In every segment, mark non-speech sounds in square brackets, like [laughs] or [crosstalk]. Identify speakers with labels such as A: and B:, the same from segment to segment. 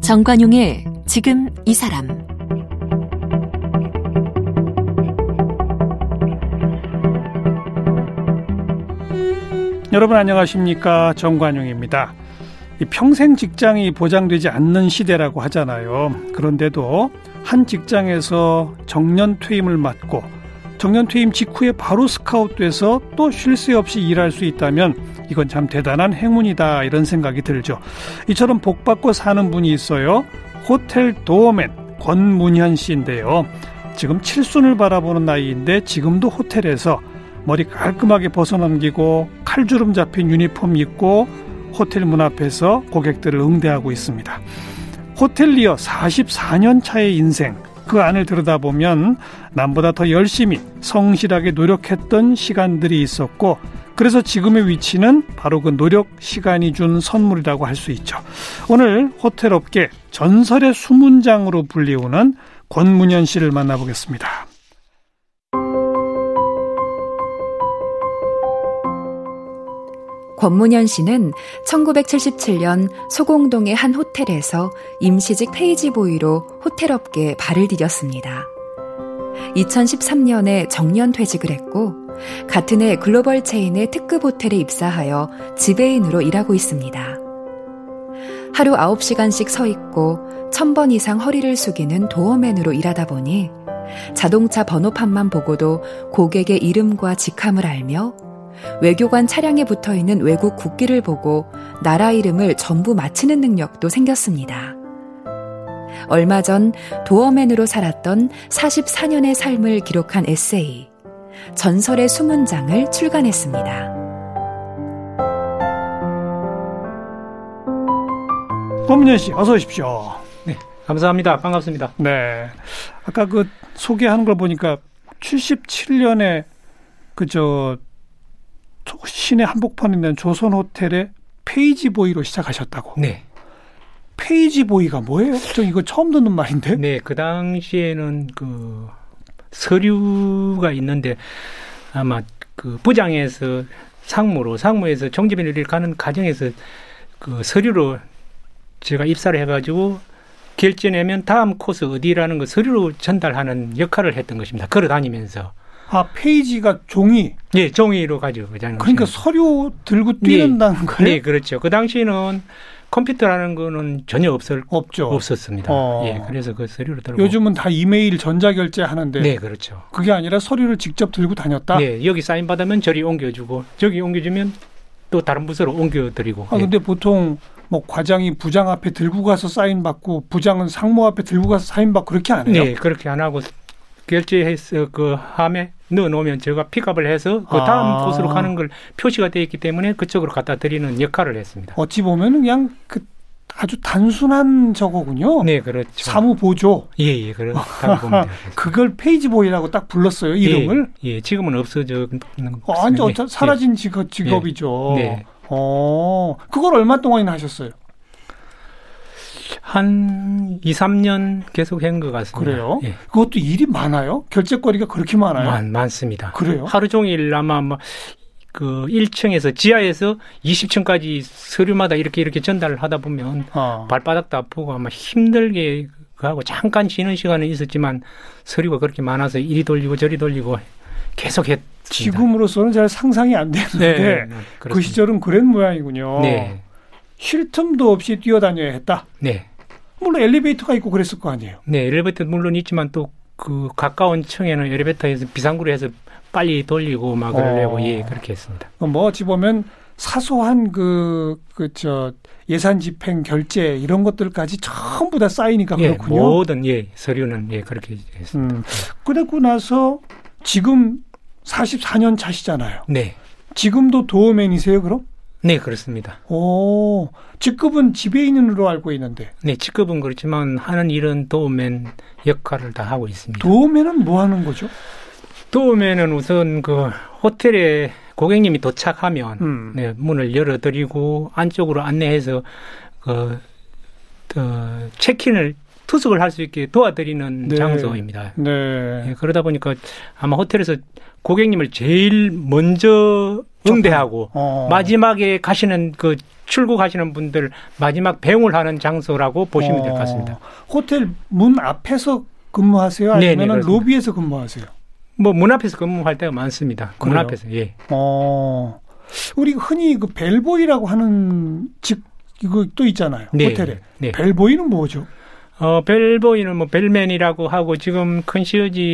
A: 정관용의 지금 이 사람
B: 여러분 안녕하십니까 정관용입니다. 이 평생 직장이 보장되지 않는 시대라고 하잖아요. 그런데도 한 직장에서 정년 퇴임을 맞고 정년 퇴임 직후에 바로 스카웃돼서 또 쉴 새 없이 일할 수 있다면 이건 참 대단한 행운이다 이런 생각이 들죠. 이처럼 복 받고 사는 분이 있어요. 호텔 도어맨 권문현 씨인데요. 지금 칠순을 바라보는 나이인데 지금도 호텔에서 머리 깔끔하게 벗어넘기고 칼주름 잡힌 유니폼 입고 호텔 문 앞에서 고객들을 응대하고 있습니다. 호텔리어 44년 차의 인생 그 안을 들여다보면 남보다 더 열심히 성실하게 노력했던 시간들이 있었고 그래서 지금의 위치는 바로 그 노력 시간이 준 선물이라고 할 수 있죠. 오늘 호텔업계 전설의 수문장으로 불리우는 권문현 씨를 만나보겠습니다.
C: 권문현 씨는 1977년 소공동의 한 호텔에서 임시직 페이지보이로 호텔업계에 발을 디뎠습니다. 2013년에 정년 퇴직을 했고 같은 해 글로벌 체인의 특급 호텔에 입사하여 지배인으로 일하고 있습니다. 하루 9시간씩 서 있고 1000번 이상 허리를 숙이는 도어맨으로 일하다 보니 자동차 번호판만 보고도 고객의 이름과 직함을 알며 외교관 차량에 붙어 있는 외국 국기를 보고 나라 이름을 전부 맞히는 능력도 생겼습니다. 얼마 전 도어맨으로 살았던 44년의 삶을 기록한 에세이, 전설의 수문장을 출간했습니다.
B: 권문현 씨, 어서 오십시오.
D: 네, 감사합니다. 반갑습니다.
B: 네. 아까 그 소개하는 걸 보니까 77년에 그저 시내 한복판에 있는 조선 호텔의 페이지보이로 시작하셨다고.
D: 네.
B: 페이지보이가 뭐예요? 저 이거 처음 듣는 말인데.
D: 네, 그 당시에는 그 서류가 있는데 아마 그 부장에서 상무로 상무에서 정지변리를 가는 과정에서 그 서류로 제가 입사를 해가지고 결제 내면 다음 코스 어디라는 거 서류로 전달하는 역할을 했던 것입니다. 걸어 다니면서.
B: 아 페이지가 종이.
D: 예, 종이로 가지고 그냥.
B: 그러니까 서류 들고 뛰는다는 거예요.
D: 그렇죠. 네, 그렇죠. 그 당시에는 컴퓨터라는 거는 전혀 없을
B: 없죠.
D: 없었습니다.
B: 어.
D: 예, 그래서 그 서류로 들고.
B: 요즘은 다 이메일 전자 결제하는데
D: 네, 그렇죠.
B: 그게 아니라 서류를 직접 들고 다녔다.
D: 예, 여기 사인 받으면 저리 옮겨주고 저기 옮겨주면 또 다른 부서로 옮겨드리고.
B: 아
D: 예.
B: 근데 보통 뭐 과장이 부장 앞에 들고 가서 사인 받고 부장은 상무 앞에 들고 가서 사인 받고 그렇게 안 해요.
D: 네, 그렇게 안 하고 결제해서 그 함에 넣어놓으면 제가 픽업을 해서 그 다음
B: 아.
D: 곳으로 가는 걸 표시가 되어 있기 때문에 그쪽으로 갖다 드리는 역할을 했습니다.
B: 어찌 보면 그냥 그 아주 단순한 저거군요.
D: 네, 그렇죠.
B: 어. 사무 보조.
D: 예, 예,
B: [laughs]
D: 그렇다고 보면 돼요.
B: 그걸 페이지보이라고 딱 불렀어요 이름을.
D: 예, 예, 지금은 없어졌는
B: 어, 완전 어차- 사라진 직업, 직업이죠.
D: 네.
B: 어, 그걸 얼마 동안이나 하셨어요?
D: 예, 한 2, 3년 계속 한 것 같습니다.
B: 그래요?
D: 예.
B: 그것도 일이 많아요? 결제거리가 그렇게 많아요?
D: 많, 많습니다.
B: 그래요?
D: 하루 종일 아마 뭐, 그 1층에서 지하에서 20층까지 서류마다 이렇게 이렇게 전달을 하다 보면
B: 아,
D: 발바닥도 아프고 아마 힘들게 그 하고 잠깐 쉬는 시간은 있었지만 서류가 그렇게 많아서 이리 돌리고 저리 돌리고 계속 했습니다. 네.
B: 지금으로서는 잘 상상이 안 되는데 그 어.
D: 그렇습니다.
B: 시절은 그런 모양이군요.
D: 네,
B: 쉴 틈도 없이 뛰어다녀야 했다.
D: 네,
B: 물론 엘리베이터가 있고 그랬을 거 아니에요.
D: 네 엘리베이터 물론 있지만 또 그 가까운 층에는 엘리베이터에서 비상구로 해서 빨리 돌리고 막 그러려고
B: 어.
D: 예 그렇게 했습니다.
B: 뭐 어찌 보면 사소한 그, 그, 저, 예산 집행 결제 이런 것들까지 전부 다 쌓이니까
D: 예,
B: 아, 그렇군요.
D: 모든 예 서류는 예 그렇게 했습니다.
B: 음. 그러고 나서 지금 44년 차시잖아요.
D: 네,
B: 지금도 도어맨이세요, 그럼?
D: 네 그렇습니다.
B: 오, 직급은 지배인으로 알고 있는데
D: 네 직급은 그렇지만 하는 일은 도우맨 역할을 다 하고 있습니다.
B: 도우면은 뭐 하는 거죠?
D: 도우면은 우선 그 호텔에 고객님이 도착하면
B: 음.
D: 네, 문을 열어드리고 안쪽으로 안내해서 그 어, 체킨을 투숙을 할 수 있게 도와드리는
B: 네.
D: 장소입니다.
B: 네.
D: 예, 그러다 보니까 아마 호텔에서 고객님을 제일 먼저 응대하고
B: 어.
D: 마지막에 가시는 그 출국하시는 분들 마지막 배웅을 하는 장소라고 보시면 될 것 같습니다.
B: 어, 호텔 문 앞에서 근무하세요?
D: 네, 네,
B: 아니면
D: 그렇습니다.
B: 로비에서 근무하세요?
D: 뭐 문 앞에서 근무할 때가 많습니다. 문
B: 그래요?
D: 앞에서 예.
B: 어, 우리 흔히 그 벨보이라고 하는 직 이거 또 있잖아요.
D: 네.
B: 호텔에
D: 네.
B: 벨보이는 뭐죠?
D: 어 벨보이는 뭐 벨맨이라고 하고 지금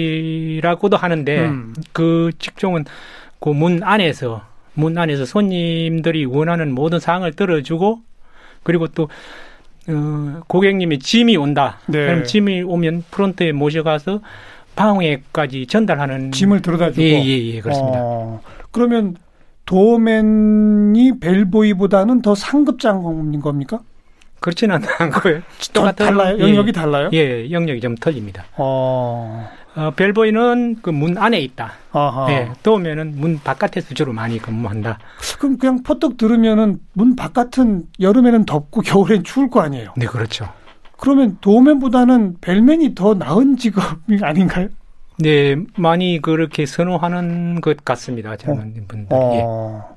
D: 컨시어지라고도 하는데
B: 음.
D: 그 직종은 그 문 안에서 문 안에서 손님들이 원하는 모든 사항을 들어주고 그리고 또 어, 고객님이 짐이 온다.
B: 네.
D: 그럼 짐이 오면 프론트에 모셔가서 방에까지 전달하는
B: 짐을 들어다주고.
D: 음. 예예예 그렇습니다.
B: 어, 그러면 도어맨이 벨보이보다는 더 상급 장인 겁니까?
D: 그렇지는 않고요.
B: 다- 달라요?
D: 예,
B: 영역이 달라요?
D: 예 영역이 좀 틀립니다.
B: 어,
D: 어, 벨보이는 그 문 안에 있다.
B: 아하.
D: 예, 또 오면은 문 바깥에서 주로 많이 근무한다.
B: 그럼 그냥 퍼뜩 들으면은 문 바깥은 여름에는 덥고 겨울엔 추울 거 아니에요.
D: 네 그렇죠.
B: 그러면 도어맨보다는 벨맨이 더 나은 [laughs] 직업이 아닌가요?
D: 네 많이 그렇게 선호하는 것 같습니다. 젊은 분들. 예.
B: 어,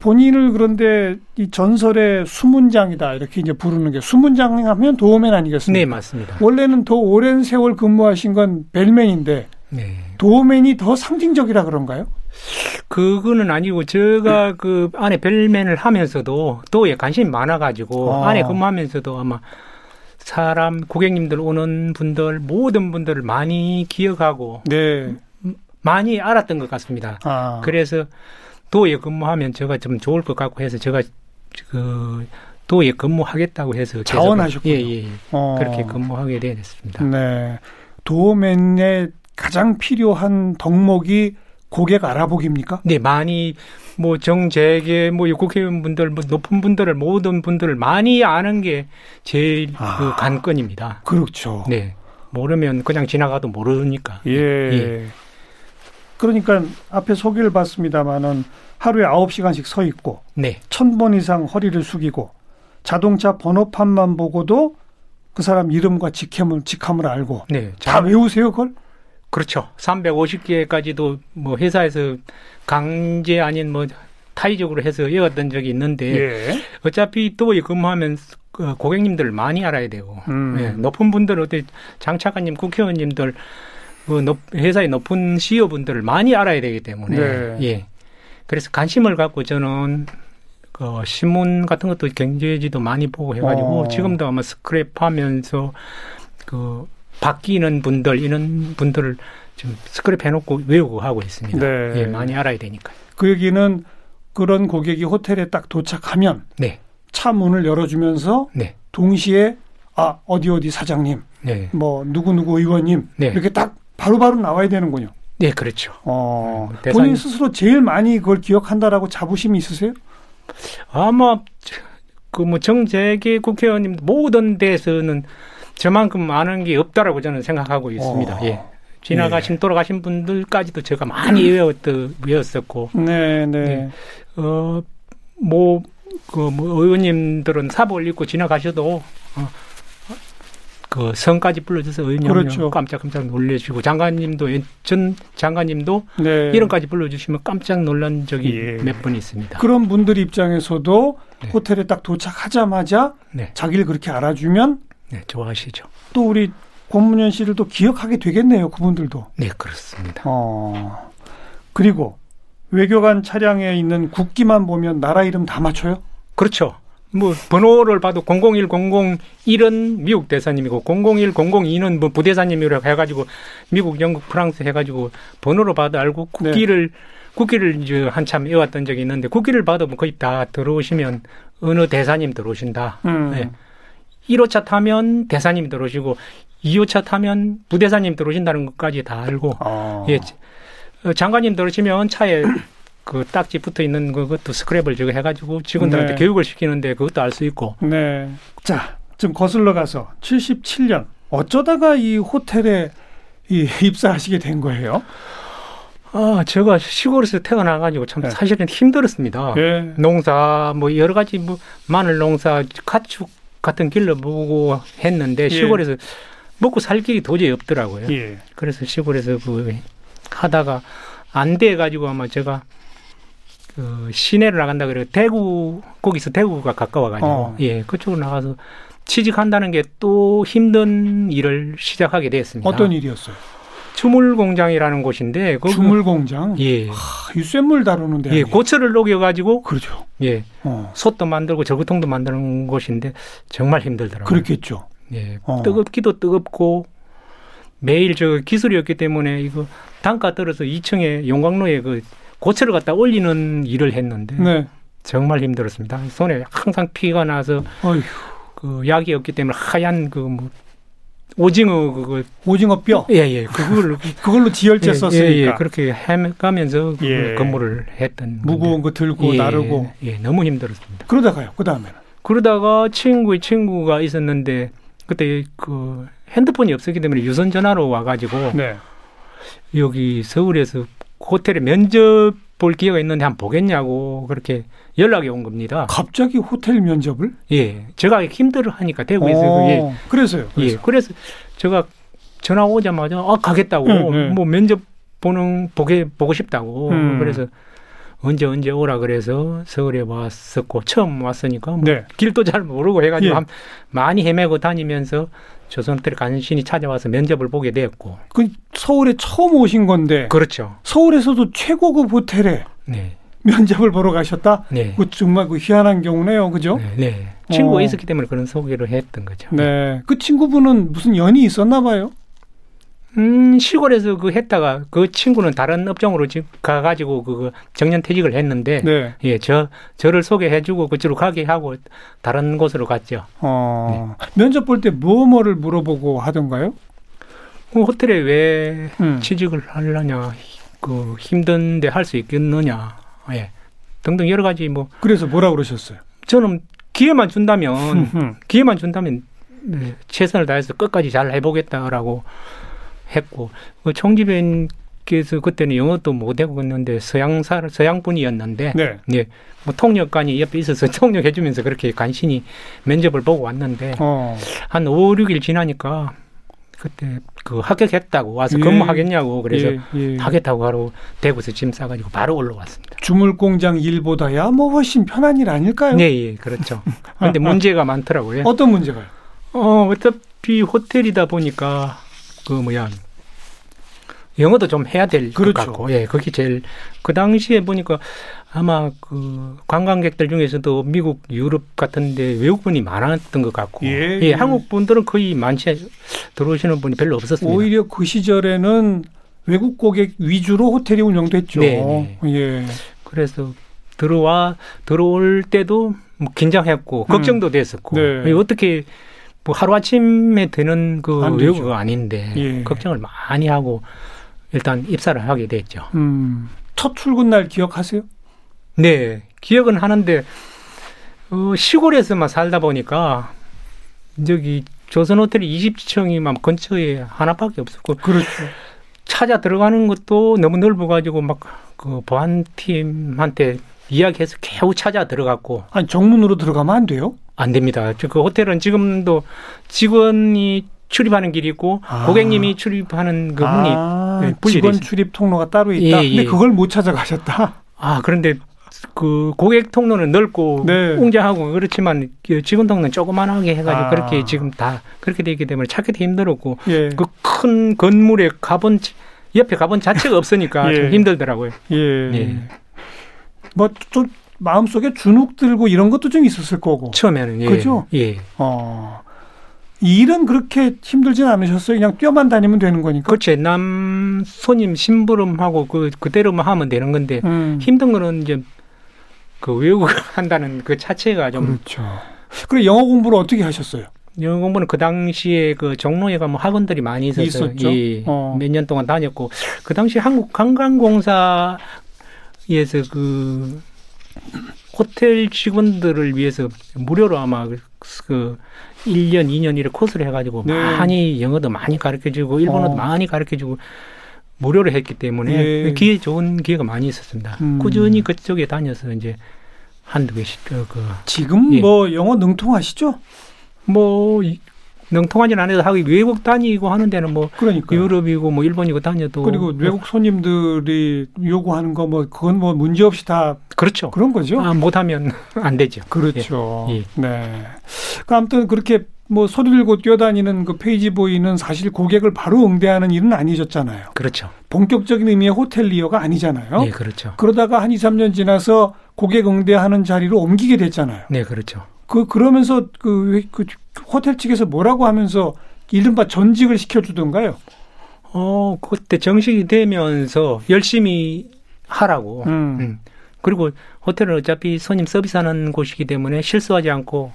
B: 본인을 그런데 이 전설의 수문장이다 이렇게 이제 부르는 게 수문장 하면 도어맨
D: 네
B: 아니겠습니까?
D: 맞습니다.
B: 원래는 더 오랜 세월 근무하신 건 벨맨인데
D: 네.
B: 도어맨이 더 상징적이라 그런가요?
D: 그거는 아니고
B: 네.
D: 제가 그 안에 벨맨을 하면서도 또에 관심이 많아가지고
B: 아.
D: 안에 근무하면서도 아마 사람 고객님들 오는 분들 모든 분들을 많이 기억하고
B: 네.
D: 많이 알았던 것 같습니다.
B: 아.
D: 그래서 도에 근무하면 제가 좀 좋을 것 같고 해서 제가 그 도에 근무하겠다고 해서 계속-
B: 자원하셨군요.
D: 예, 예, 예.
B: 어.
D: 그렇게 근무하게 되었습니다.
B: 네. 도어맨의 가장 필요한 덕목이 고객 알아보기입니까?
D: 네, 많이 뭐 정재계 뭐 국회의원분들 뭐 높은 분들을 모든 분들을 많이 아는 게 제일
B: 아.
D: 그 관건입니다.
B: 그렇죠.
D: 네. 모르면 그냥 지나가도 모르니까.
B: 예. 그러니까 앞에 소개를 받습니다마는 하루에 9시간씩 서 있고
D: 네.
B: 천 번 이상 허리를 숙이고 자동차 번호판만 보고도 그 사람 이름과 직함을 직함을 알고
D: 네.
B: 다
D: 자,
B: 외우세요 그걸?
D: 그렇죠. 350개까지도 뭐 회사에서 강제 아닌 뭐 타의적으로 해서 외웠던 적이 있는데
B: 예.
D: 어차피 또 이 근무하면 그 고객님들을 많이 알아야 되고
B: 음.
D: 예, 높은 분들 어때 장차관님 국회의원님들 그 높- 회사의 높은 CEO 분들을 많이 알아야 되기 때문에
B: 네.
D: 예 그래서 관심을 갖고 저는 그 신문 같은 것도 경제지도 많이 보고 해가지고
B: 어.
D: 지금도 아마 스크랩하면서 그 바뀌는 분들 이런 분들을 좀 스크랩 해놓고 외우고 하고 있습니다.
B: 네.
D: 예, 많이 알아야 되니까.
B: 그 얘기는 그런 고객이 호텔에 딱 도착하면
D: 네,
B: 차 문을 열어주면서
D: 네,
B: 동시에 아 어디 어디 사장님
D: 네,
B: 뭐 누구 누구 의원님
D: 네.
B: 이렇게 딱 바로바로 나와야 되는군요.
D: 네, 그렇죠.
B: 어,
D: 대상이-
B: 본인 스스로 제일 많이 그걸 기억한다라고 자부심이 있으세요?
D: 아마 그 뭐 정재계 국회의원님 모든 데서는 저만큼 아는 게 없다라고 저는 생각하고 있습니다.
B: 어.
D: 예. 지나가신 돌아가신 분들까지도 제가 많이 외웠던 외웠었고
B: 네, 네.
D: 네. 어뭐그뭐 의원님들은 사복을 입고 지나가셔도 어, 그 성까지 불러줘서 의원님
B: 그렇죠.
D: 깜짝깜짝 놀래시고 장관님도 전 장관님도
B: 네.
D: 이름까지 불러주시면 깜짝 놀란 적이
B: 예.
D: 몇 번 있습니다.
B: 그런 분들 입장에서도
D: 네.
B: 호텔에 딱 도착하자마자
D: 네,
B: 자기를 그렇게 알아주면
D: 네 좋아하시죠.
B: 또 우리 권문현 씨를 또 기억하게 되겠네요. 그분들도.
D: 네 그렇습니다.
B: 어. 그리고 외교관 차량에 있는 국기만 보면 나라 이름 다 맞춰요?
D: 그렇죠. 뭐 번호를 봐도 001001은 미국 대사님이고 001002는 뭐 부대사님이라고 해가지고 미국, 영국, 프랑스 해가지고 번호로 봐도 알고 국기를 국기를 이제 한참 외웠던 적이 있는데 국기를 봐도 뭐 거의 다 들어오시면 어느 대사님 들어오신다.
B: 음.
D: 네. 1호차 타면 대사님 들어오시고 2호차 타면 부대사님 들어오신다는 것까지 다 알고
B: 어.
D: 예. 어, 장관님 들으시면
B: [clears throat]
D: 차에 그 딱지 붙어 있는 그것도 스크랩을 지금 해가지고 직원들한테
B: 네.
D: 교육을 시키는데 그것도 알 수 있고.
B: 네. 자, 좀 거슬러 가서 77년 어쩌다가 이 호텔에 이 [laughs] 입사하시게 된 거예요?
D: 아, 제가 시골에서 태어나가지고 참
B: 네.
D: 사실은 힘들었습니다.
B: 예.
D: 농사, 뭐 여러 가지 뭐 마늘 농사, 가축 같은 길로 보고 했는데 시골에서 먹고 살 길이 도저히 없더라고요.
B: 예.
D: 그래서 시골에서 그 하다가 안 돼가지고 아마 제가 그 시내로 나간다 그래 대구 거기서 대구가 가까워가지고
B: 어.
D: 예 그쪽으로 나가서 취직한다는 게 또 힘든 일을 시작하게 되었습니다.
B: 어떤 일이었어요?
D: 추물 공장이라는 곳인데 그
B: 주물 공장.
D: 예,
B: 아, 네. 이 쇳물 다루는 데.
D: 예
B: 아니에요?
D: 고철을 녹여가지고
B: 그렇죠.
D: 예
B: 어.
D: 솥도 만들고 저구통도 만드는 곳인데 정말 힘들더라고요.
B: 그렇겠죠.
D: 예,
B: 어.
D: 뜨겁기도 뜨겁고 매일 저 기술이었기 때문에 이거 단가 떨어서 2층에 용광로에 그 고철을 갖다 올리는 일을 했는데
B: 네.
D: 정말 힘들었습니다. 손에 항상 피가 나서
B: 어휴,
D: 그 약이 없기 때문에 하얀 그 뭐 오징어 그걸
B: 오징어 뼈.
D: [laughs] 예예 그걸
B: 그걸로 지혈제 썼으니까.
D: 예, 예, 그렇게 헤매가면서 그
B: 예.
D: 근무를 했던
B: 무거운 거 들고
D: 예, 어.
B: 나르고.
D: 예, 너무 힘들었습니다.
B: 그러다가요. 그 다음에는.
D: 그러다가 친구의 친구가 있었는데 그때 그 핸드폰이 없었기 때문에 유선 전화로 와가지고
B: 네.
D: 여기 서울에서 호텔에 면접 볼 기회가 있는데 한번 보겠냐고 그렇게 연락이 온 겁니다.
B: 갑자기 호텔 면접을?
D: 예, 제가 힘들어 하니까 대구에서
B: 어,
D: 그 예,
B: 그래서요.
D: 예,
B: 그래서.
D: 그래서 제가 전화 오자마자 아 가겠다고
B: 응, 응.
D: 뭐 면접 보는 보게 보고 싶다고
B: 음.
D: 그래서 언제 언제 오라 그래서 서울에 왔었고 처음 왔으니까 뭐
B: 네.
D: 길도 잘 모르고 해가지고
B: 예.
D: 한- 많이 헤매고 다니면서 조선호텔 간신히 찾아와서 면접을 보게 되었고
B: 그 서울에 처음 오신 건데
D: 그렇죠.
B: 서울에서도 최고급 호텔에
D: 네,
B: 면접을 보러 가셨다.
D: 네,
B: 그 정말 그 희한한 경우네요. 그죠?
D: 네, 네. 친구가
B: 어.
D: 있었기 때문에 그런 소개를 했던 거죠.
B: 네. 그 친구분은 무슨 연이 있었나 봐요.
D: 음, 시골에서 그 했다가 그 친구는 다른 업종으로 지금 가가지고 그 정년 퇴직을 했는데
B: 네.
D: 예, 저 저를 소개해주고 그쪽으로 가게 하고 다른 곳으로 갔죠.
B: 어. 면접 볼 때 뭐 뭐를 물어보고 하던가요?
D: 그 호텔에 왜
B: 음.
D: 취직을 하려냐, 그 힘든데 할 수 있겠느냐, 예, 등등 여러 가지 뭐
B: 그래서 뭐라 그러셨어요?
D: 저는
B: [laughs]
D: 기회만 준다면
B: 음.
D: 기회만 준다면 네, 최선을 다해서 끝까지 잘 해보겠다라고 했고 그 총지변께서 그때는 영어도 못하고 있는데 서양사 서양 분이었는데
B: 네.
D: 예, 뭐 통역관이 옆에 있어서 [laughs] 통역해주면서 그렇게 간신히 면접을 보고 왔는데
B: 어.
D: 한 5, 6일 지나니까 그때 그 합격했다고 와서
B: 예.
D: 근무하겠냐고 그래서
B: 예, 예.
D: 하겠다고 하러 대구에서 짐 싸가지고 바로 올라왔습니다.
B: 주물 공장 일보다야 뭐 훨씬 편한 일 아닐까요?
D: 네, 예,
B: [laughs]
D: 그렇죠. 근데 문제가 많더라고요.
B: 어떤 문제가요?
D: 어, 어차피 호텔이다 보니까 그 뭐야 영어도 좀 해야 될 것
B: 그렇죠.
D: 같고, 예, 그게 제일 그 당시에 보니까 아마 그 관광객들 중에서도 미국, 유럽 같은데 외국분이 많았던 것 같고,
B: 예, 예.
D: 한국 분들은 거의 많지 들어오시는 분이 별로 없었습니다.
B: 오히려 그 시절에는 외국 고객 위주로 호텔이 운영됐죠.
D: 네,
B: 예.
D: 그래서 들어와 들어올 때도 뭐 긴장했고
B: 음.
D: 걱정도 됐었고
B: 네.
D: 이게 어떻게 뭐 하루 아침에 되는 그
B: 안 되죠.
D: 외국어가 아닌데
B: 예.
D: 걱정을 많이 하고 일단 입사를 하게 됐죠.
B: 음. 첫 출근 날 기억하세요?
D: 네 기억은 하는데 어, 시골에서만 살다 보니까 저기 조선 호텔 20층이 막 근처에 하나밖에 없었고
B: 그렇죠.
D: 찾아 들어가는 것도 너무 넓어가지고 막 그 보안팀한테 이야기해서 겨우 찾아 들어갔고
B: 아니 정문으로 들어가면 안 돼요?
D: 안 됩니다. 저그 호텔은 지금도 직원이 출입하는 길이 있고
B: 아.
D: 고객님이 출입하는 그 문이
B: 아,
D: 네, 분리돼
B: 직원
D: 있어요.
B: 출입 통로가 따로 있다.
D: 예,
B: 근데
D: 예.
B: 그걸 못 찾아가셨다.
D: 아 그런데 그 고객 통로는 넓고
B: 네.
D: 웅장하고 그렇지만 그 직원 통로는 조그만하게 해가지고
B: 아.
D: 그렇게 지금 다 그렇게 되기 때문에 찾기도 힘들었고
B: 예.
D: 그 큰 건물에 가본 자- 옆에
B: [laughs]
D: 가본 자체가 없으니까
B: 예.
D: 좀 힘들더라고요.
B: 예.
D: 예.
B: 뭐 좀 마음속에 주눅 들고 이런 것도 좀 있었을 거고.
D: 처음에는 예,
B: 그죠?
D: 예.
B: 어. 이 일은 그렇게 힘들진 않으셨어요. 그냥 뛰어만 다니면 되는 거니까.
D: 그렇지 남 손님 심부름하고 그 그대로만 하면 되는 건데
B: 음.
D: 힘든 거는 이제 그 외국어 [laughs] 한다는 그 자체가 좀
B: 그렇죠. 그리고 영어 공부를 어떻게 하셨어요?
D: 영어 공부는 그 당시에 그 종로에 가면 학원들이 많이 있어서
B: 있었죠? 어.
D: 몇 년 동안 다녔고 그 당시 한국 관광공사에서 그 호텔 직원들을 위해서 무료로 아마 그 1년, 2년 이렇게 코스를 해가지고
B: 네.
D: 많이 영어도 많이 가르쳐주고 일본어도
B: 어.
D: 많이 가르쳐주고 무료로 했기 때문에 그
B: 예.
D: 기회 좋은 기회가 많이 있었습니다.
B: 음.
D: 꾸준히 그쪽에 다녀서 이제 한두 개씩 그, 그
B: 지금
D: 예.
B: 뭐 영어 능통하시죠?
D: 뭐 이- 능통하지는 않아서 하고 외국 다니고 하는 데는 뭐
B: 그러니까.
D: 유럽이고 뭐 일본이고 다녀도 뭐
B: 그리고 외국 손님들이 요구하는 거 뭐 그건 뭐 문제 없이 다
D: 그렇죠.
B: 그런 거죠.
D: 아, 못하면 [laughs] 안 되죠.
B: 그렇죠.
D: 예.
B: 네. 그 아무튼 그렇게 뭐 소리 들고 뛰어다니는 그 페이지 보이는 사실 고객을 바로 응대하는 일은 아니셨잖아요.
D: 그렇죠.
B: 본격적인 의미의 호텔리어가 아니잖아요.
D: 네, 그렇죠.
B: 그러다가 한 2, 3년 지나서 고객 응대하는 자리로 옮기게 됐잖아요.
D: 네, 그렇죠.
B: 그 그러면서 그, 그 호텔 측에서 뭐라고 하면서 이른바 전직을 시켜주던가요. 그
D: 어, 그때 정식이 되면서 열심히 하라고.
B: 음.
D: 음. 그리고 호텔은 어차피 손님 서비스하는 곳이기 때문에 실수하지 않고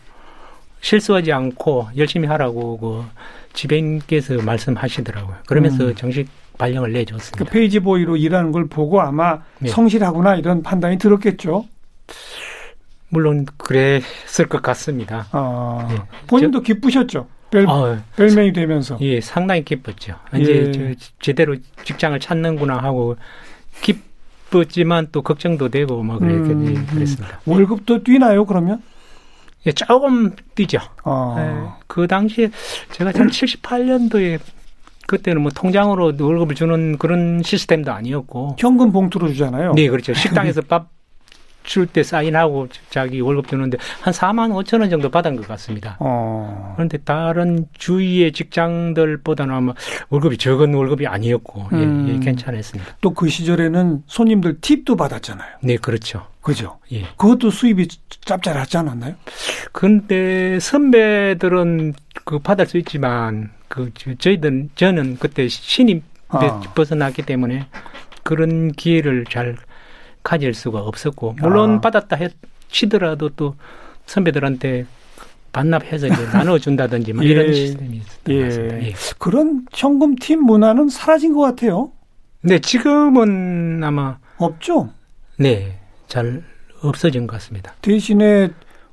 D: 실수하지 않고 열심히 하라고 그 지배인께서 말씀하시더라고요. 그러면서
B: 음.
D: 정식 발령을
B: 그
D: 내줬습니다.
B: 페이지 보이로 일하는 걸 보고 아마
D: 예.
B: 성실하구나 이런 판단이 들었겠죠.
D: 물론 그랬을 것 같습니다.
B: 아,
D: 예.
B: 본인도 기쁘셨죠. 별,
D: 어,
B: 별명이 되면서.
D: 예, 상당히 기뻤죠.
B: 예.
D: 이제 저 제대로 직장을 찾는구나 하고 기뻤지만 또 걱정도 되고 뭐 그랬,
B: 음, 음.
D: 그랬습니다.
B: 월급도 뛰나요 그러면?
D: 예, 조금 뛰죠.
B: 아,
D: 예, 그 당시에 제가 한 78년도에 그때는 뭐 통장으로 월급을 주는 그런 시스템도 아니었고.
B: 현금 봉투로 주잖아요.
D: 네, 그렇죠. 식당에서 밥 줄 때 사인하고 자기 월급 주는데 한 4만 5천 원 정도 받은 것 같습니다.
B: 어,
D: 그런데 다른 주위의 직장들보다는 아마 월급이 적은 월급이 아니었고 예,
B: 음.
D: 예, 괜찮았습니다.
B: 또 그 시절에는 손님들 팁도 받았잖아요.
D: 네, 그렇죠.
B: 그죠?
D: 예.
B: 그것도 수입이 짭짤하지 않았나요?
D: 근데 선배들은 그 받을 수 있지만 그 저- 저희들은 저는 그때 신입
B: 아.
D: 벗어났기 때문에 그런 기회를 잘 가질 수가 없었고 물론
B: 아.
D: 받았다 해 치더라도 또 선배들한테 반납해서
B: [laughs]
D: 이제 나눠준다든지 뭐
B: 예.
D: 이런 시스템이 있었던
B: 예.
D: 것 같습니다. 예.
B: 그런 현금 팁 문화는 사라진 것 같아요.
D: 근데 지금은 아마
B: 없죠?
D: 네 잘 없어진 것 같습니다.
B: 대신에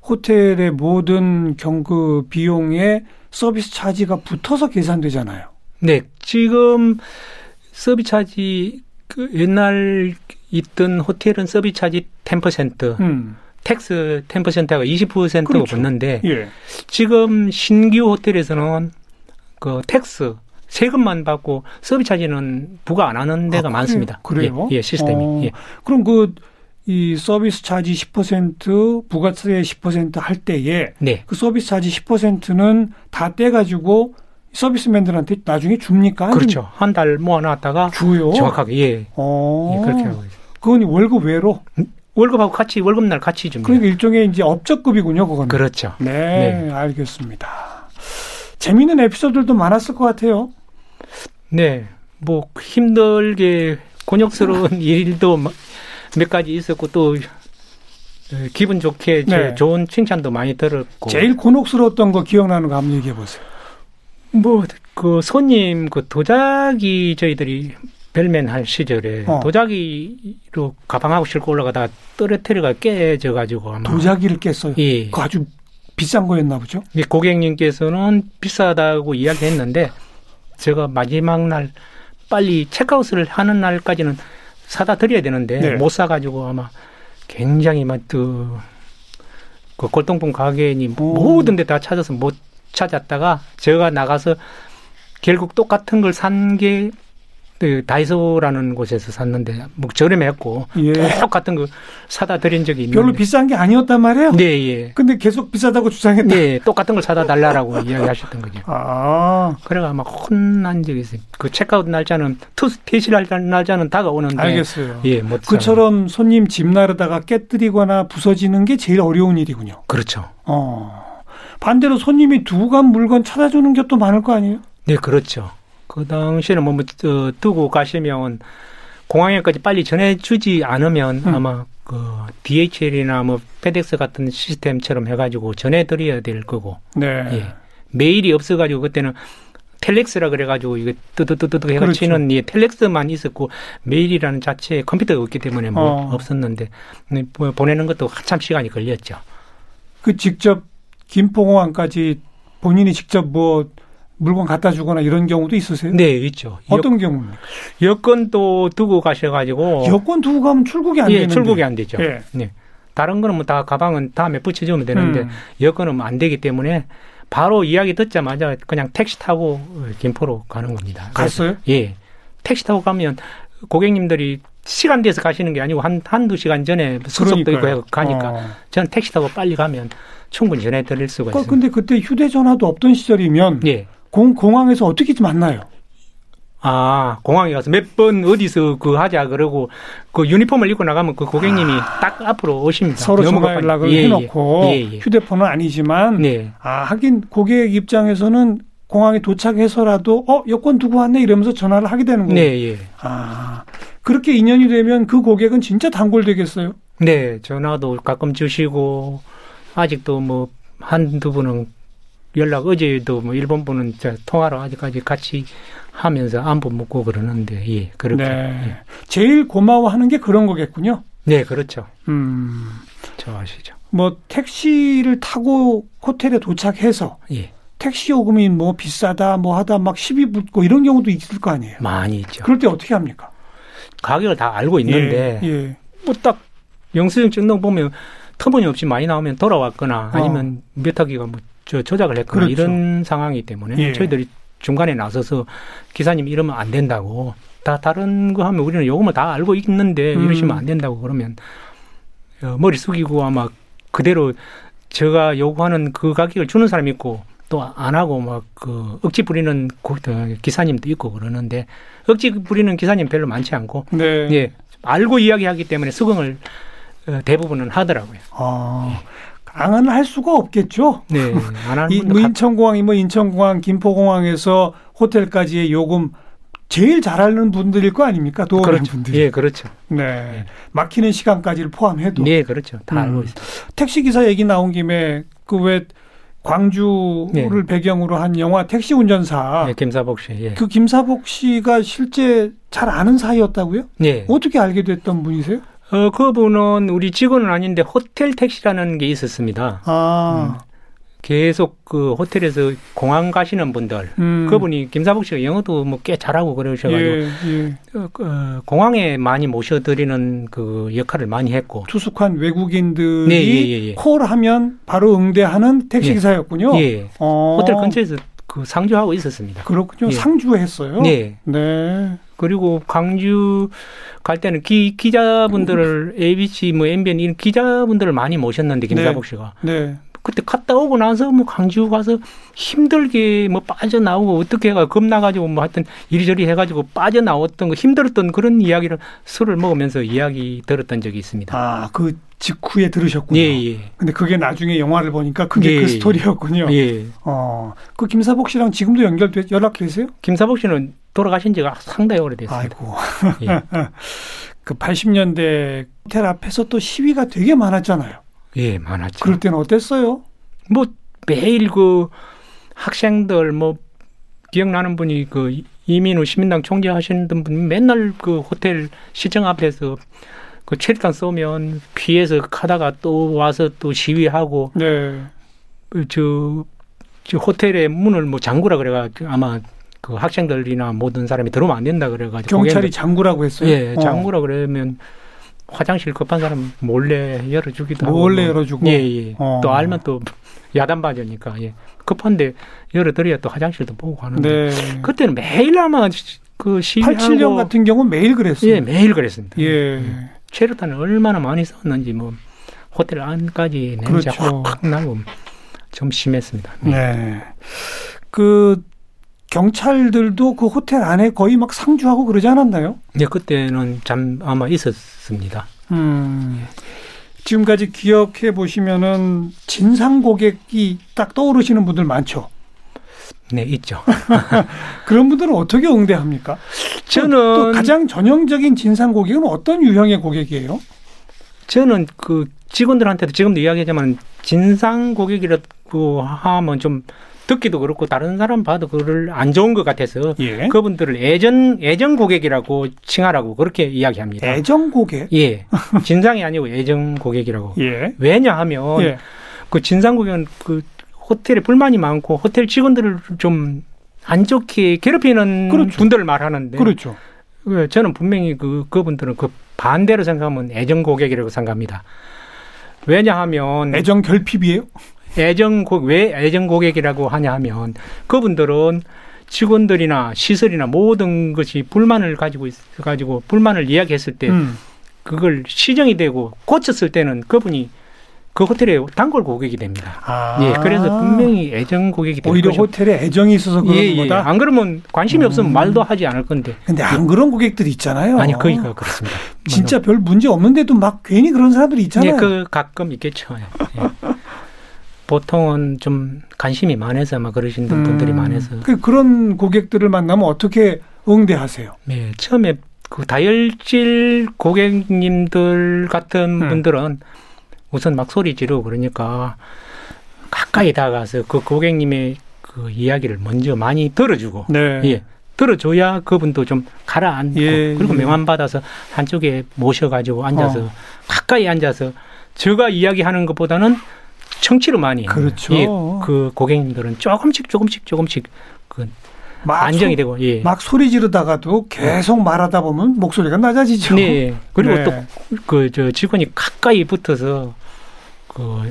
B: 호텔의 모든 경그 비용에 서비스 차지가 붙어서 계산되잖아요.
D: 네, 지금 서비 차지 그 옛날 있던 호텔은 서비 차지 10%,
B: 음.
D: 텍스 10%하고 20%가
B: 그렇죠.
D: 붙는데
B: 예.
D: 지금 신규 호텔에서는 그 텍스 세금만 받고 서비 차지는 부과 안 하는 데가
B: 아,
D: 많습니다.
B: 그래요? 그래요?
D: 예, 예, 시스템이.
B: 어,
D: 예.
B: 그럼 그 이 서비스 차지 10% 부가세 10%할 때에
D: 네.
B: 그 서비스 차지 10%는 다 떼가지고 서비스맨들한테 나중에 줍니까? 아니면
D: 그렇죠. 한 달 모아놨다가
B: 줘요.
D: 정확하게 예,
B: 어.
D: 예, 그렇게 하고 있어요.
B: 그건 월급 외로.
D: 월급하고 같이 월급날 같이 줍니다.
B: 그러니까 일종의 이제 업적급이군요, 그건.
D: 예. 그렇죠.
B: 네, 알겠습니다. 재미있는 에피소드들도 많았을 것 같아요.
D: 네, 뭐 힘들게 곤욕스러운 [laughs] 일도 마- 몇 가지 있었고 또 어, 기분 좋게 저-
B: 네.
D: 좋은 칭찬도 많이 들었고
B: 제일 곤혹스러웠던 거 기억나는 거 한번 얘기해 보세요.
D: 뭐 그 손님 그 도자기 저희들이 별맨 할 시절에
B: 어.
D: 도자기로 가방하고 싣고 올라가다가 떨어뜨려가 깨져 가지고 아마
B: 도자기를 깼어요.
D: 뭐? 예.
B: 그거 아주 비싼 거였나 보죠.
D: 이 고객님께서는 비싸다고 이야기했는데 제가 마지막 날 빨리 체크아웃을 하는 날까지는 사다 드려야 되는데
B: 네.
D: 못 사가지고 아마 굉장히 막그 그 골동품 가게니
B: 오.
D: 모든 데 다 찾아서 못 찾았다가 제가 나가서 결국 똑같은 걸 산 게그 다이소라는 곳에서 샀는데 뭐 저렴했고
B: 예.
D: 똑같은 거 사다 드린 적이 있는데
B: 별로 비싼 게 아니었단 말이에요.
D: 네, 예.
B: 근데 계속 비싸다고 주장했다.
D: 네, 똑같은 걸 사다 달라라고 이야기하셨던 거죠.
B: 아,
D: 그래가 막 혼난 적이 있어요. 그 체크아웃 날짜는 투스 퇴실할 날짜는 다가오는데
B: 알겠어요.
D: 예, 못 사요.
B: 그처럼 손님 집 나르다가 깨뜨리거나 부서지는 게 제일 어려운 일이군요.
D: 그렇죠.
B: 어. 반대로 손님이 두고 간 물건 찾아주는 게 또 많을 거 아니에요?
D: 네, 그렇죠. 그 당시에는 뭐 어, 두고 가시면 공항에까지 빨리 전해주지 않으면
B: 음.
D: 아마 그 DHL이나 뭐 페덱스 같은 시스템처럼 해가지고 전해드려야 될 거고
B: 네.
D: 예. 메일이 없어가지고 그때는 텔렉스라 그래가지고 이게 뜨뜨뜨뜨뜨 해가
B: 그렇죠.
D: 치는 예, 텔렉스만 있었고 메일이라는 자체에 컴퓨터가 없기 때문에 뭐
B: 어.
D: 없었는데 네, 보- 보내는 것도 한참 시간이 걸렸죠.
B: 그 직접 김포공항까지 본인이 직접 뭐 물건 갖다 주거나 이런 경우도 있으세요?
D: 네, 있죠.
B: 어떤 경우입니까?
D: 여, 건도 두고 가셔가지고
B: 여권 두고 가면 출국이 안
D: 어. 예,
B: 되는데.
D: 출국이 안 되죠.
B: 예.
D: 네. 다른 거는 뭐 다 가방은 다음에 붙여주면 되는데
B: 음.
D: 여건은 안 되기 때문에 바로 이야기 듣자마자 그냥 택시 타고 김포로 가는 겁니다.
B: 갔어요?
D: 예. 택시 타고 가면 고객님들이 시간돼서 가시는 게 아니고 한, 한두 시간 전에 수속도 있고
B: 그러니까요.
D: 해서 가니까
B: 어.
D: 전 택시 타고 빨리 가면 충분히 전해드릴 수가
B: 그,
D: 있습니다.
B: 근데 그때 휴대전화도 없던 시절이면
D: 예.
B: 공, 공항에서 어떻게 만나요?
D: 아, 공항에 가서 몇 번 어디서 그 하자 그러고 그 유니폼을 입고 나가면 그 고객님이 딱 앞으로 오십니다.
B: 아. 서로
D: 너무
B: 전화 연락을
D: 예, 예.
B: 해놓고
D: 예, 예.
B: 휴대폰은 아니지만
D: 네.
B: 아 하긴 고객 입장에서는 공항에 도착해서라도 어 여권 두고 왔네 이러면서 전화를 하게 되는 거예요.
D: 네, 예.
B: 아 그렇게 인연이 되면 그 고객은 진짜 단골 되겠어요.
D: 네, 전화도 가끔 주시고 아직도 뭐 한두 분은 연락 어제도 뭐 일본 분은 저 통화로 아직까지 같이 하면서 안부 묻고 그러는데 예, 그렇게.
B: 네. 제일 고마워하는 게 그런 거겠군요.
D: 네, 그렇죠.
B: 음.
D: 저 아시죠.
B: 뭐 택시를 타고 호텔에 도착해서
D: 예.
B: 택시 요금이 뭐 비싸다 뭐 하다 막 시비 붙고 이런 경우도 있을 거 아니에요.
D: 많이 있죠.
B: 그럴 때 어떻게 합니까?
D: 가격을 다 알고 그렇죠. 있는데
B: 예, 예.
D: 뭐 딱 영수증 증명 보면 터무니없이 많이 나오면 돌아왔거나 아니면 몇 학기가 뭐 저 조작을 했거나
B: 그렇죠.
D: 이런 상황이기 때문에
B: 예.
D: 저희들이 중간에 나서서 기사님 이러면 안 된다고 다 다른 거 하면 우리는 요금을 다 알고 있는데
B: 음.
D: 이러시면 안 된다고 그러면 어, 머리 숙이고 아마 그대로 제가 요구하는 그 가격을 주는 사람이 있고 또 안 하고 막 그 억지 부리는 고- 어, 기사님도 있고 그러는데 억지 부리는 기사님 별로 많지 않고
B: 네.
D: 예, 알고 이야기하기 때문에 수긍을 어, 대부분은 하더라고요.
B: 아, 강은 할 수가 없겠죠.
D: 네, 안 하는
B: 이,
D: 분도
B: 뭐
D: 가-
B: 인천공항이 뭐 인천공항, 김포공항에서 호텔까지의 요금 제일 잘하는 분들일 거 아닙니까? 도움하는
D: 그렇죠.
B: 분들이.
D: 예, 그렇죠.
B: 네. 막히는 시간까지를 포함해도
D: 네, 그렇죠. 다
B: 음.
D: 알고 있어요.
B: 택시 기사 얘기 나온 김에 그 왜 광주를
D: 네.
B: 배경으로 한 영화 택시 운전사
D: 예, 김사복 씨. 예.
B: 그 김사복 씨가 실제 잘 아는 사이였다고요?
D: 예.
B: 어떻게 알게 됐던 분이세요?
D: 어, 그분은 우리 직원은 아닌데 호텔 택시라는 게 있었습니다.
B: 아,
D: 계속 그 호텔에서 공항 가시는 분들.
B: 음.
D: 그분이 김사복 씨가 영어도 뭐 꽤 잘하고 그러셔가지고
B: 예, 예.
D: 어, 어, 공항에 많이 모셔드리는 그 역할을 많이 했고
B: 투숙한 외국인들이
D: 네, 예, 예, 예.
B: 콜하면 바로 응대하는 택시
D: 예.
B: 기사였군요.
D: 예,
B: 어,
D: 호텔 근처에서 그 상주하고 있었습니다.
B: 그렇군요.
D: 예.
B: 상주했어요.
D: 네.
B: 네.
D: 그리고 광주 갈 때는 기, 기자분들을 ABC 뭐 MBN 이런 기자분들을 많이 모셨는데 김사복 씨가
B: 네.
D: 그때 갔다 오고 나서 뭐 광주 가서 힘들게 뭐 빠져나오고 어떻게 해가 겁나가지고 뭐 하여튼 이리저리 해가지고 빠져나왔던 거 힘들었던 그런 이야기를 술을 먹으면서 이야기 들었던 적이 있습니다.
B: 아, 그 직후에 들으셨군요.
D: 예예.
B: 근데 그게 나중에 영화를 보니까 그게
D: 예,
B: 그
D: 예.
B: 스토리였군요.
D: 예,
B: 어, 그 김사복 씨랑 지금도 연결돼 연락 계세요?
D: 김사복 씨는 돌아가신 지가 상당히 오래됐습니다.
B: 아이고.
D: 예.
B: 그 80년대 호텔 앞에서 또 시위가 되게 많았잖아요.
D: 예, 많았죠.
B: 그럴 때는 어땠어요?
D: 뭐 매일 그 학생들 뭐 기억나는 분이 그 이민우 시민당 총재 하시는 분이 맨날 그 호텔 시청 앞에서 그 체류탄 쏘면 피해서 가다가 또 와서 또 시위하고
B: 네.
D: 저, 저 호텔의 문을 뭐 잠그라 그래가 지고 아마 그 학생들이나 모든 사람이 들어오면 안 된다 그래가지고
B: 경찰이 장구라고 했어요.
D: 예
B: 어.
D: 잠그라 그러면 화장실 급한 사람 몰래 열어주기도 하고
B: 몰래
D: 뭐
B: 열어주고.
D: 예, 예.
B: 어.
D: 또 알면 또 야단받으니까, 예. 급한데 열어드려야 또 화장실도 보고 가는데.
B: 네.
D: 그때는 매일 아마 시- 그 시위하고.
B: 87년 같은 경우 매일
D: 예, 네.
B: 그랬어요.
D: 매일 그랬습니다.
B: 예.
D: 최루탄을 얼마나 많이 썼는지 뭐, 호텔 안까지 냄새
B: 그렇죠.
D: 확확 나고 좀 심했습니다.
B: 네. 그 경찰들도 그 호텔 안에 거의 막 상주하고 그러지 않았나요?
D: 예, 그때는 잠 아마 있었습니다.
B: 음. 지금까지 기억해 보시면은 진상 고객이 딱 떠오르시는 분들 많죠.
D: 네, 있죠.
B: 그런 분들은 어떻게 응대합니까? 아, 또, 또
D: 저는,
B: 가장 전형적인 진상 고객은 어떤 유형의 고객이에요?
D: 저는 그 직원들한테도 지금도 이야기하지만 진상 고객이라고 하면 좀 듣기도 그렇고 다른 사람 봐도 그를 안 좋은 것 같아서
B: 예.
D: 그분들을 애전 애전 고객이라고 칭하라고 그렇게 이야기합니다.
B: 애정 고객.
D: 예, 진상이 아니고 애정 고객이라고.
B: 예.
D: 왜냐하면
B: 예.
D: 그 진상 고객은 그 호텔에 불만이 많고 호텔 직원들을 좀 안 좋게 괴롭히는
B: 그렇죠.
D: 분들을 말하는데
B: 그렇죠.
D: 그 저는 분명히 그 그분들은 그 반대로 생각하면 애정 고객이라고 생각합니다. 왜냐하면
B: 애정 결핍이에요?
D: 애정곡 왜 애정 고객이라고 하냐 하면 그분들은 직원들이나 시설이나 모든 것이 불만을 가지고 있어 가지고 불만을 이야기했을 때
B: 음.
D: 그걸 시정이 되고 고쳤을 때는 그분이 그 호텔의 단골 고객이 됩니다.
B: 아.
D: 예, 그래서 분명히 애정 고객이 될
B: 오히려
D: 것이고.
B: 호텔에 애정이 있어서 그런
D: 예, 예.
B: 거다.
D: 안 그러면 관심이 없으면
B: 음.
D: 말도 하지 않을 건데.
B: 근데 안 그런 고객들 있잖아요.
D: 예. 아니, 그니까 그렇습니다.
B: 진짜 별 문제 없는데도 막 괜히 그런 사람들이 있잖아요.
D: 예, 그 가끔 있겠죠. 예.
B: [laughs]
D: 예. 보통은 좀 관심이 많아서 아마 그러신
B: 음.
D: 분들이 많아서
B: 그, 그런 고객들을 만나면 어떻게 응대하세요?
D: 예, 처음에 그 다혈질 고객님들 같은
B: 음.
D: 분들은 우선 막 소리 지르고 그러니까 가까이 다가가서 그 고객님의 그 이야기를 먼저 많이 들어주고
B: 네.
D: 예. 들어줘야 그분도 좀 가라앉고
B: 예,
D: 그리고
B: 예.
D: 명함받아서 한쪽에 모셔가지고 앉아서
B: 어.
D: 가까이 앉아서 제가 이야기하는 것보다는 청취를 많이 해요.
B: 그렇죠.
D: 예, 그 고객님들은 조금씩 조금씩 조금씩 그
B: 막
D: 안정이
B: 소-
D: 되고 예.
B: 막 소리 지르다가도 계속 말하다 보면 목소리가 낮아지죠.
D: 네. 그리고
B: 네.
D: 또 그 저 직원이 가까이 붙어서 그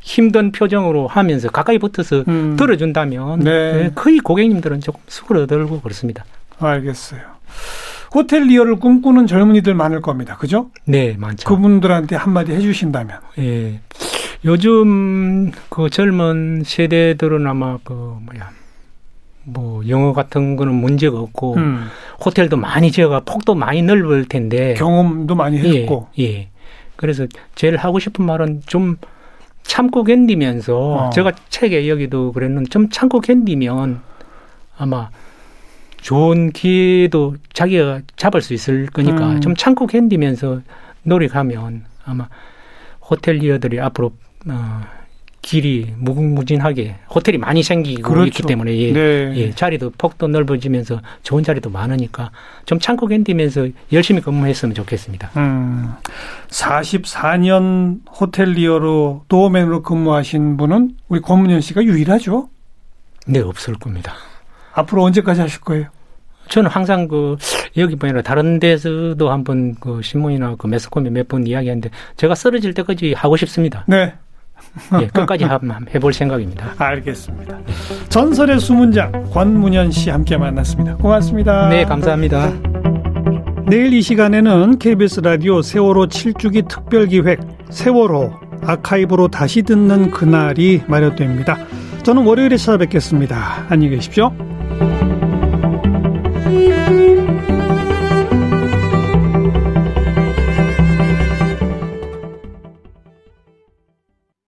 D: 힘든 표정으로 하면서 가까이 붙어서
B: 음,
D: 들어준다면
B: 네.
D: 예, 거의 고객님들은 조금 수그러들고 그렇습니다.
B: 알겠어요. 호텔리어를 꿈꾸는 젊은이들 많을 겁니다. 그죠?
D: 네, 많죠.
B: 그분들한테 한마디 해주신다면.
D: 예. 요즘 그 젊은 세대들은 아마 그 뭐야 뭐 영어 같은 거는 문제가 없고
B: 음,
D: 호텔도 많이 지어가 폭도 많이 넓을 텐데
B: 그렇죠. 경험도 많이 했고.
D: 네. 예, 예. 그래서 제일 하고 싶은 말은 좀 참고 견디면서
B: 어.
D: 제가 책에 여기도 그랬는데 좀 참고 견디면 아마 좋은 기회도 자기가 잡을 수 있을 거니까
B: 음.
D: 좀 참고 견디면서 노력하면 아마 호텔리어들이 앞으로 어, 길이 무궁무진하게 호텔이 많이 생기고
B: 그렇죠.
D: 있기 때문에 예,
B: 네.
D: 예, 자리도 폭도 넓어지면서 좋은 자리도 많으니까 좀 참고 견디면서 열심히 근무했으면 좋겠습니다.
B: 음, 44년 호텔리어로 도어맨으로 근무하신 분은 우리 권문현 씨가 유일하죠.
D: 네, 없을 겁니다.
B: 앞으로 언제까지 하실 거예요?
D: 저는 항상 그 여기 보니라 다른 데서도 한번 그 신문이나 그 매스컴에 몇 번 이야기하는데 제가 쓰러질 때까지 하고 싶습니다.
B: 네,
D: 예, [laughs] 끝까지 한번 해볼 생각입니다.
B: 알겠습니다. 전설의 수문장 권문현 씨 함께 만났습니다. 고맙습니다.
D: 네, 감사합니다.
B: 내일 이 시간에는 KBS 라디오 세월호 7주기 특별기획 세월호 아카이브로 다시 듣는 그날이 마련됩니다. 저는 월요일에 찾아뵙겠습니다. 안녕히 계십시오.